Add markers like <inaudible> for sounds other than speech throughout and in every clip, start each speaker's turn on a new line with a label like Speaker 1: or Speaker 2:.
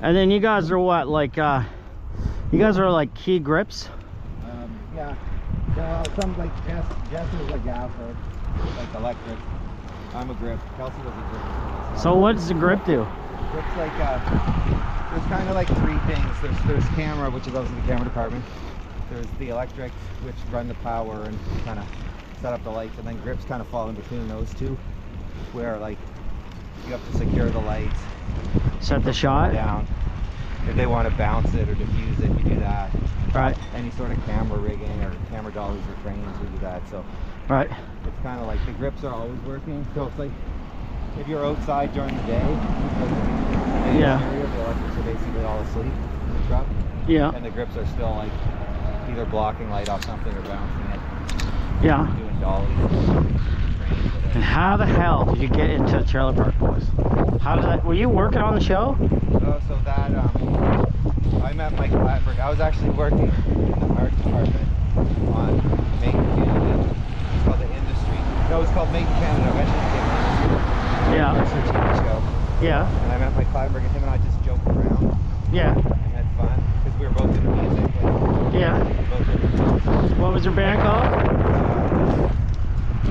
Speaker 1: And then you guys are what, like, uh, you guys are like key grips?
Speaker 2: Um, yeah. Uh, some like Jess, Jess is a gas or like electric. I'm a grip. Kelsey was a grip.
Speaker 1: So what does the grip do?
Speaker 2: Grip's like uh, there's kind of like three things. There's there's camera, which is obviously the camera department. There's the electric, which run the power and kind of set up the lights, and then grips kind of fall in between those two, where like you have to secure the lights,
Speaker 1: Set the shot?
Speaker 2: down. If they want to bounce it or diffuse it, you do that.
Speaker 1: Right,
Speaker 2: Any sort of camera rigging or camera dollies or cranes, we do that. So
Speaker 1: right.
Speaker 2: it's kind of like the grips are always working. So it's like if you're outside during the day, like the day
Speaker 1: Yeah.
Speaker 2: Area, the electrics are basically all asleep in the truck,
Speaker 1: Yeah,
Speaker 2: and the grips are still like either blocking light off something or bouncing it,
Speaker 1: yeah.
Speaker 2: doing dollies. cranes with
Speaker 1: <laughs>
Speaker 2: it.
Speaker 1: And how the hell did you get into Trailer Park Boys? How did that, were you working on the show?
Speaker 2: Oh, so that, um, I met Mike Flatberg. I was actually working in the art department on Make in Canada. It's called the industry. No, it's called Make in Canada. I mentioned it
Speaker 1: Yeah.
Speaker 2: Industry TV show.
Speaker 1: Yeah,
Speaker 2: And I met Mike Flatberg and him and I just joked around
Speaker 1: yeah,
Speaker 2: and had fun because we were both into music. Like,
Speaker 1: yeah.
Speaker 2: we both were into
Speaker 1: What was your band called?
Speaker 2: At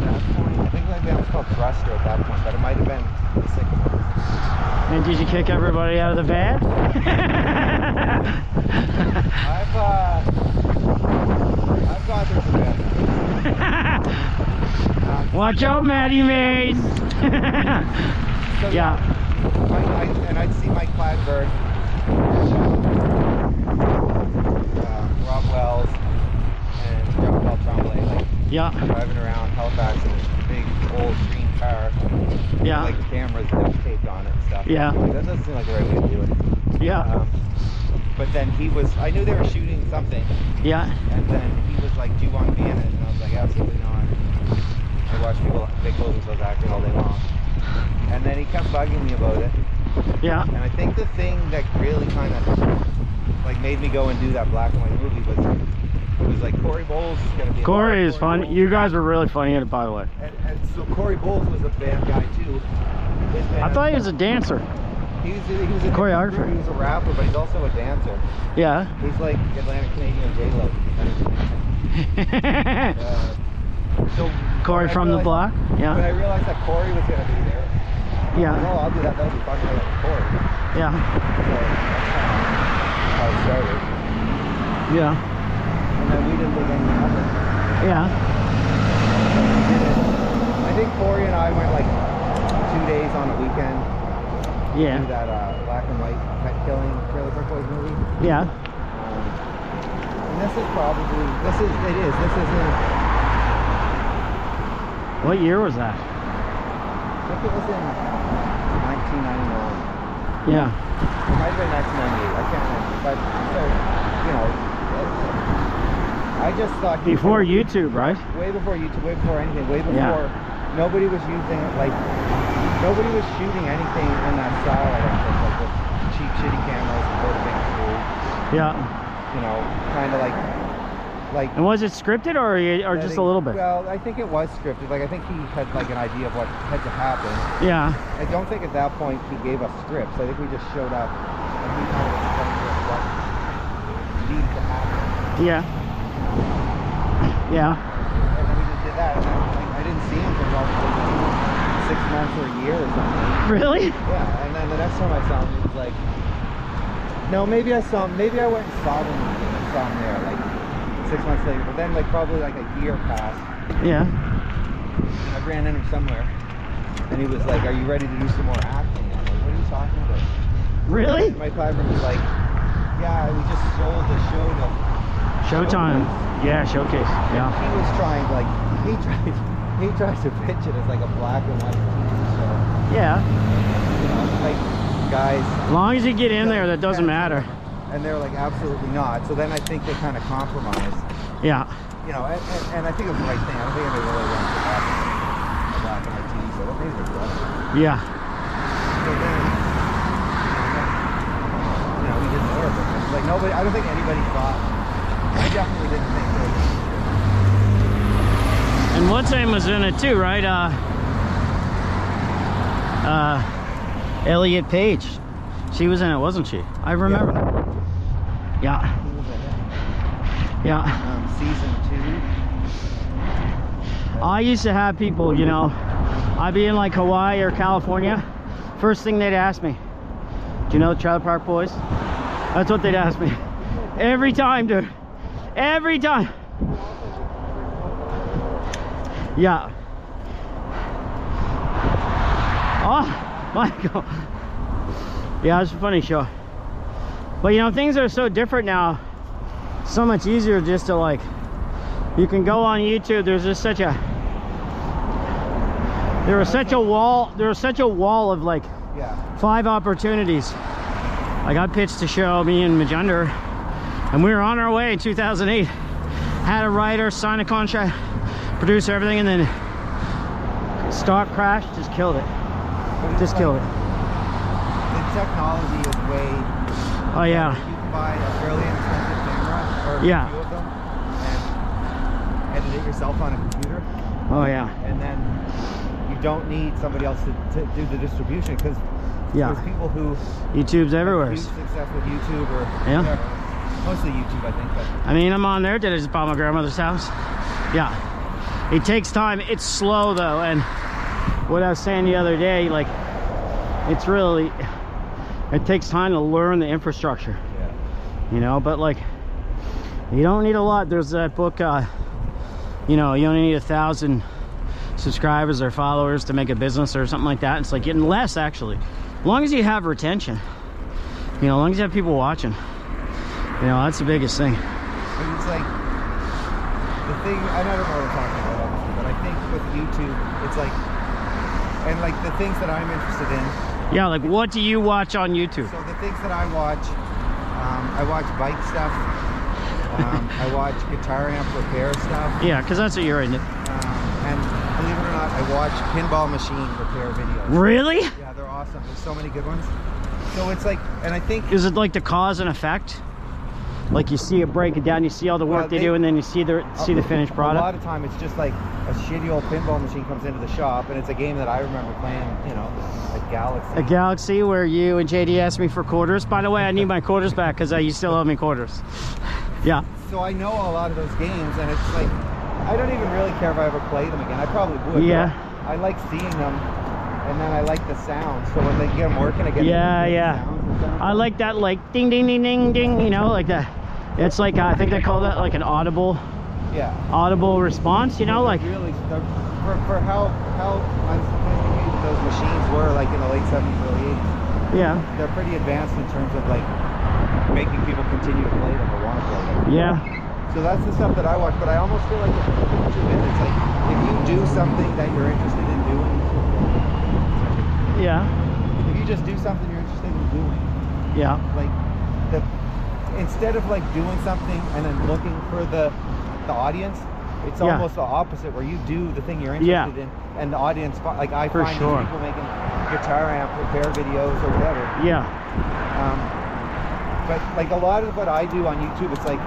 Speaker 2: that point, I think like that was called Thruster at that point, but it might have been the Sycamores.
Speaker 1: And did you kick everybody out of the van?
Speaker 2: I've, uh, I've gone through some bad times. Um,
Speaker 1: <laughs> Watch out, Maddie Mays! <laughs>
Speaker 2: so
Speaker 1: yeah,
Speaker 2: Mike, I, and I'd see Mike Flatberg, um, Rob Wells, and John Paul Tremblay, like
Speaker 1: yeah,
Speaker 2: driving around Halifax in this big old green car,
Speaker 1: yeah,
Speaker 2: like cameras duct taped on it and stuff.
Speaker 1: Yeah.
Speaker 2: Like, that doesn't seem like the right way to do it.
Speaker 1: yeah,
Speaker 2: Um, but then he was, I knew they were shooting something,
Speaker 1: yeah,
Speaker 2: and then he was like, "Do you want to be in it?" And I was like, "Absolutely not." I watched people, big movies, was acting all day long, and then he kept bugging me about it.
Speaker 1: yeah,
Speaker 2: And I think the thing that really kind of like made me go and do that black and white movie was it was like Corey Bowles is gonna be.
Speaker 1: Corey is fun.
Speaker 2: Bowles-
Speaker 1: You guys were really funny in it, by the way.
Speaker 2: And, and so Corey Bowles was a band guy too. His
Speaker 1: I
Speaker 2: band-
Speaker 1: thought he was a dancer.
Speaker 2: he was he was a
Speaker 1: Choreographer.
Speaker 2: He was a rapper, but he's also a dancer.
Speaker 1: Yeah. <laughs>
Speaker 2: He's like Atlantic Canadian J Lo. Uh, so
Speaker 1: Corey
Speaker 2: when I
Speaker 1: from the
Speaker 2: realized-
Speaker 1: block.
Speaker 2: When I
Speaker 1: Yeah.
Speaker 2: realized that Corey was gonna be there, I was like,
Speaker 1: Yeah.
Speaker 2: oh, I'll do that. That'll be fun to play with Corey.
Speaker 1: Yeah.
Speaker 2: So that's how how it started.
Speaker 1: Yeah.
Speaker 2: And then we didn't make any money.
Speaker 1: Yeah.
Speaker 2: I think Corey and I went like two days on a weekend to do
Speaker 1: Yeah.
Speaker 2: that uh, black and white pet killing Trailer Park Boys movie.
Speaker 1: Yeah.
Speaker 2: Um, and this is probably this is it is this isn't
Speaker 1: What year was
Speaker 2: I
Speaker 1: that?
Speaker 2: think it was in 1991.
Speaker 1: Yeah.
Speaker 2: It might have been 1998. I can't remember. But so you know, it- I just thought
Speaker 1: Before YouTube, right?
Speaker 2: way before YouTube, way before anything, way
Speaker 1: Yeah.
Speaker 2: before nobody was using like nobody was shooting anything in that style. I don't think like with cheap, shitty cameras, and little things, dude.
Speaker 1: Yeah.
Speaker 2: you know, kind of like like.
Speaker 1: And was it scripted or you- or just a
Speaker 2: letting-
Speaker 1: little bit?
Speaker 2: Well, I think it was scripted. Like I think he had like an idea of what had to happen.
Speaker 1: Yeah.
Speaker 2: I don't think at that point he gave us scripts. I think we just showed up and he kind of explained to us what needed to happen.
Speaker 1: Yeah.
Speaker 2: And
Speaker 1: Yeah.
Speaker 2: then we just did that. And I, I didn't see him for about like, six months or a year or something.
Speaker 1: Really?
Speaker 2: Yeah, and then the next time I saw him, he was like, no, maybe I saw him, maybe I went and saw him, saw him there, like, six months later. But then, like, probably, like, a year passed,
Speaker 1: Yeah.
Speaker 2: and I ran into him somewhere, and he was like, are you ready to do some more acting? I'm like, what are you talking about?
Speaker 1: Really?
Speaker 2: And my Clyburn was like, yeah, we just sold the show to...
Speaker 1: Showtime. Yeah. Showcase. Yeah.
Speaker 2: He was trying, like, he tried, <laughs> he tried to pitch it as, like, a black and white TV show.
Speaker 1: Yeah.
Speaker 2: You know, like, guys...
Speaker 1: As long as you get in there, that doesn't matter.
Speaker 2: And they were like, absolutely not. So then I think they kind of compromised.
Speaker 1: Yeah.
Speaker 2: You know, and, and, and I think it was the right thing. I don't think anybody really wanted to have a black and white TV show. What made it black?
Speaker 1: Yeah.
Speaker 2: So then, you know, we did more of it. It's Like nobody, I don't think anybody thought. I definitely didn't think they were gonna do it.
Speaker 1: And what's name was in it too, right? Uh, uh, Elliot Page. She was in it, wasn't she? I remember that. Yeah,
Speaker 2: Who was it?
Speaker 1: yeah.
Speaker 2: Um, season two.
Speaker 1: I used to have people, you know, I'd be in like Hawaii or California. First thing they'd ask me, do you know the Trailer Park Boys? That's what they'd ask me. Every time, dude. Every time. Yeah. Oh, <laughs> Michael. Yeah, it's a funny show. But you know, things are so different now. So much easier just to like you can go on YouTube. There's just such a there was such a wall. There was such a wall of like
Speaker 2: Yeah.
Speaker 1: five opportunities. Like I pitched a show, me and Majunder, and we were on our way in 2008. Had a writer, signed a contract, producer, everything, and then stock crashed. Just killed it.
Speaker 2: But it's
Speaker 1: Just
Speaker 2: like,
Speaker 1: killed it.
Speaker 2: The technology is way.
Speaker 1: Oh yeah,
Speaker 2: You can buy a fairly expensive camera or
Speaker 1: Yeah.
Speaker 2: a few of them and edit it yourself on a computer,
Speaker 1: oh yeah,
Speaker 2: and then you don't need somebody else to, to do the distribution because there's
Speaker 1: yeah.
Speaker 2: people who
Speaker 1: YouTube's everywhere.
Speaker 2: huge success with YouTube or
Speaker 1: Yeah.
Speaker 2: or mostly YouTube, I think. But
Speaker 1: I mean, I'm on there. Did it just by my grandmother's house? Yeah. It takes time. It's slow though, and what I was saying the other day, like, it's really, it takes time to learn the infrastructure,
Speaker 2: yeah,
Speaker 1: you know. But like, you don't need a lot. There's that book, uh, you know, you only need a thousand subscribers or followers to make a business or something like that. It's like getting less actually, as long as you have retention. You know, as long as you have people watching. You know, that's the biggest thing.
Speaker 2: but it's like the thing. I don't know what I'm talking about, obviously, but I think with YouTube, it's like and like the things that I'm interested in.
Speaker 1: Yeah, like what do you watch on YouTube?
Speaker 2: So the things that I watch, um, I watch bike stuff.
Speaker 1: <laughs>
Speaker 2: Um, I watch guitar amp repair stuff,
Speaker 1: Yeah, because that's what you're into.
Speaker 2: um, and believe it or not, I watch pinball machine repair videos.
Speaker 1: Really?
Speaker 2: Yeah, they're awesome. There's so many good ones. So it's like, and I think
Speaker 1: Is it like the cause and effect? Like you see it break it down, you see all the work
Speaker 2: Uh,
Speaker 1: they,
Speaker 2: they- Uh,
Speaker 1: do, and then you see the see the finished
Speaker 2: A lot
Speaker 1: product.
Speaker 2: of time, it's just like a shitty old pinball machine comes into the shop, and it's a game that I remember playing. You know, at Galaxy.
Speaker 1: A galaxy where you and JD asked me for quarters. By the way, I need my quarters back because uh, you still owe me quarters. <laughs> Yeah,
Speaker 2: so I know a lot of those games, and it's like I don't even really care if I ever play them again. I probably would. but
Speaker 1: Yeah.
Speaker 2: I like seeing them, and then I like the sound. So when they get them working again.
Speaker 1: yeah, yeah. I like that, like ding, ding, ding, ding, ding. You know, like that. It's like uh, I think they call that like an audible
Speaker 2: Yeah.
Speaker 1: audible response. You know, like
Speaker 2: really they're- for, for how how unsophisticated those machines were, like in the late '70s, early '80s.
Speaker 1: yeah,
Speaker 2: They're pretty advanced in terms of like making people continue to play them or want to play them.
Speaker 1: yeah,
Speaker 2: So that's the stuff that I watch, but I almost feel like it's YouTube is. It's like if you do something that you're interested in doing,
Speaker 1: yeah,
Speaker 2: if you just do something you're interested in doing,
Speaker 1: yeah.
Speaker 2: like the instead of like doing something and then looking for the the audience, it's
Speaker 1: Yeah.
Speaker 2: almost the opposite where you do the thing you're
Speaker 1: Yeah.
Speaker 2: interested in and the audience fi- like I
Speaker 1: For
Speaker 2: find
Speaker 1: sure.
Speaker 2: these people making guitar amp repair videos or whatever.
Speaker 1: yeah.
Speaker 2: Um, but like a lot of what I do on YouTube, it's like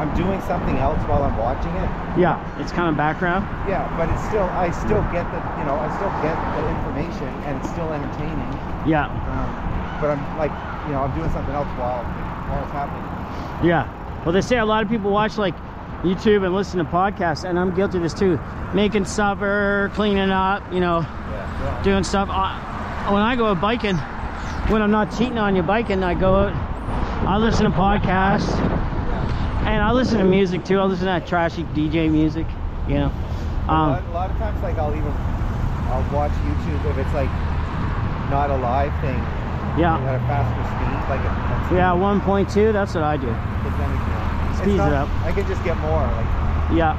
Speaker 2: I'm doing something else while I'm watching it.
Speaker 1: Yeah, it's kind of background.
Speaker 2: Yeah, but it's still I still get the you know I still get the information and it's still entertaining.
Speaker 1: Yeah,
Speaker 2: Um, but I'm like you know I'm doing something else while while it's happening.
Speaker 1: yeah. Well, they say a lot of people watch like YouTube and listen to podcasts, and I'm guilty of this too. Making supper, cleaning up, you know,
Speaker 2: Yeah.
Speaker 1: doing stuff. I, when I go out biking, when I'm not cheating on you biking, I go out. I listen to podcasts, and I listen to music too. I listen to that trashy DJ music, you know.
Speaker 2: a, lot,
Speaker 1: Um,
Speaker 2: a lot of times like I'll even I'll watch YouTube if it's like not a live thing
Speaker 1: yeah,
Speaker 2: at a faster speed like a, a
Speaker 1: yeah. 1.2. That's what I do.
Speaker 2: because then it, it's
Speaker 1: Speeds it
Speaker 2: not-
Speaker 1: up.
Speaker 2: I can just get more like
Speaker 1: Yeah,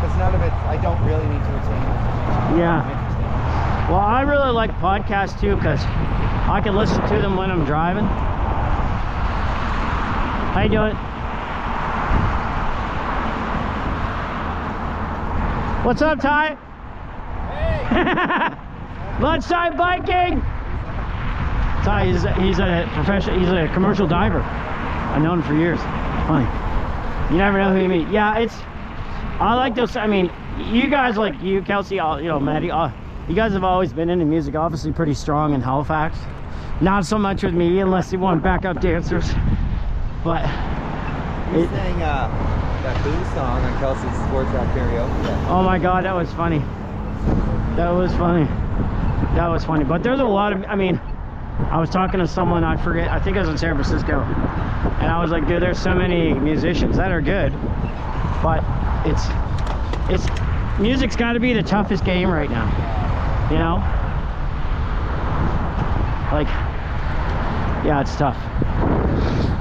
Speaker 2: because none of it I don't really need to retain it.
Speaker 1: yeah.
Speaker 2: I'm interested.
Speaker 1: Well, I really like podcasts too because I can listen to them when I'm driving. How you doing? What's up, Ty? <laughs> Hey! Lunchtime biking. Ty, he's, he's a professional. He's a commercial diver. I've known him for years. Funny. You never know who you meet. Yeah, it's. I like those. I mean, you guys like you, Kelsey, all, you know, Maddie. All, you guys have always been into music, obviously pretty strong in Halifax. Not so much with me unless you want backup dancers. But
Speaker 2: You
Speaker 1: it,
Speaker 2: sang uh, that boo song on Kelsey's Sports Rock Karaoke. Yeah.
Speaker 1: oh my god, that was funny. That was funny. That was funny. But there's a lot of, I mean, I was talking to someone, I forget, I think I was in San Francisco. And I was like, dude, there's so many musicians that are good. But it's, it's, music's got to be the toughest game right now. You know? Like, yeah, it's tough.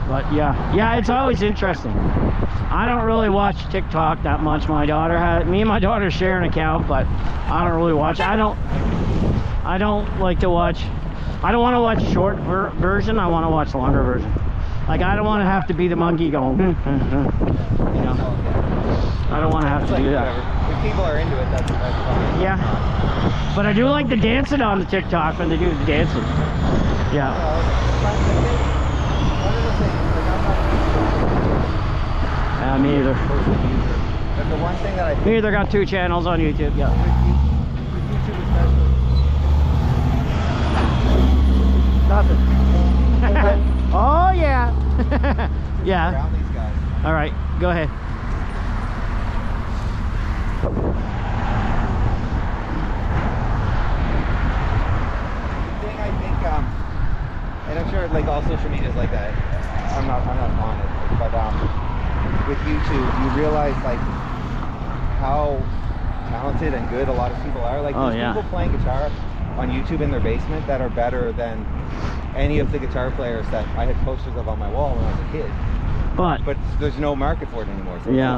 Speaker 1: But yeah, yeah, it's always interesting. I don't really watch TikTok that much. My daughter had me and my daughter share an account, but I don't really watch. I don't. I don't like to watch. I don't want to watch short ver- version. I want to watch longer version. Like I don't want to have to be the monkey going. <laughs> you know, I don't want to have
Speaker 2: It's
Speaker 1: to
Speaker 2: like
Speaker 1: do that.
Speaker 2: whatever. If people are into it, that's, that's fine.
Speaker 1: Yeah. But I do like the dancing on the TikTok when they do the dancing.
Speaker 2: Uh,
Speaker 1: Yeah.
Speaker 2: one of the things- one of the things, like, I'm not
Speaker 1: Uh, me either.
Speaker 2: a person user, but the one thing that I
Speaker 1: Me either got two channels on YouTube. Yeah. <laughs>
Speaker 2: with you, with YouTube especially. Nothing. <laughs>
Speaker 1: oh yeah. yeah.
Speaker 2: Around these guys.
Speaker 1: All right. Go ahead.
Speaker 2: The thing I think, um, and I'm sure like all social media is like that. I'm not, I'm not on it, but um, with YouTube, you realize like how talented and good a lot of people are. Like
Speaker 1: Oh,
Speaker 2: there's
Speaker 1: yeah.
Speaker 2: people playing guitar on YouTube in their basement that are better than any of the guitar players that I had posters of on my wall when I was a kid.
Speaker 1: But
Speaker 2: But there's no market for it anymore. So it's
Speaker 1: yeah.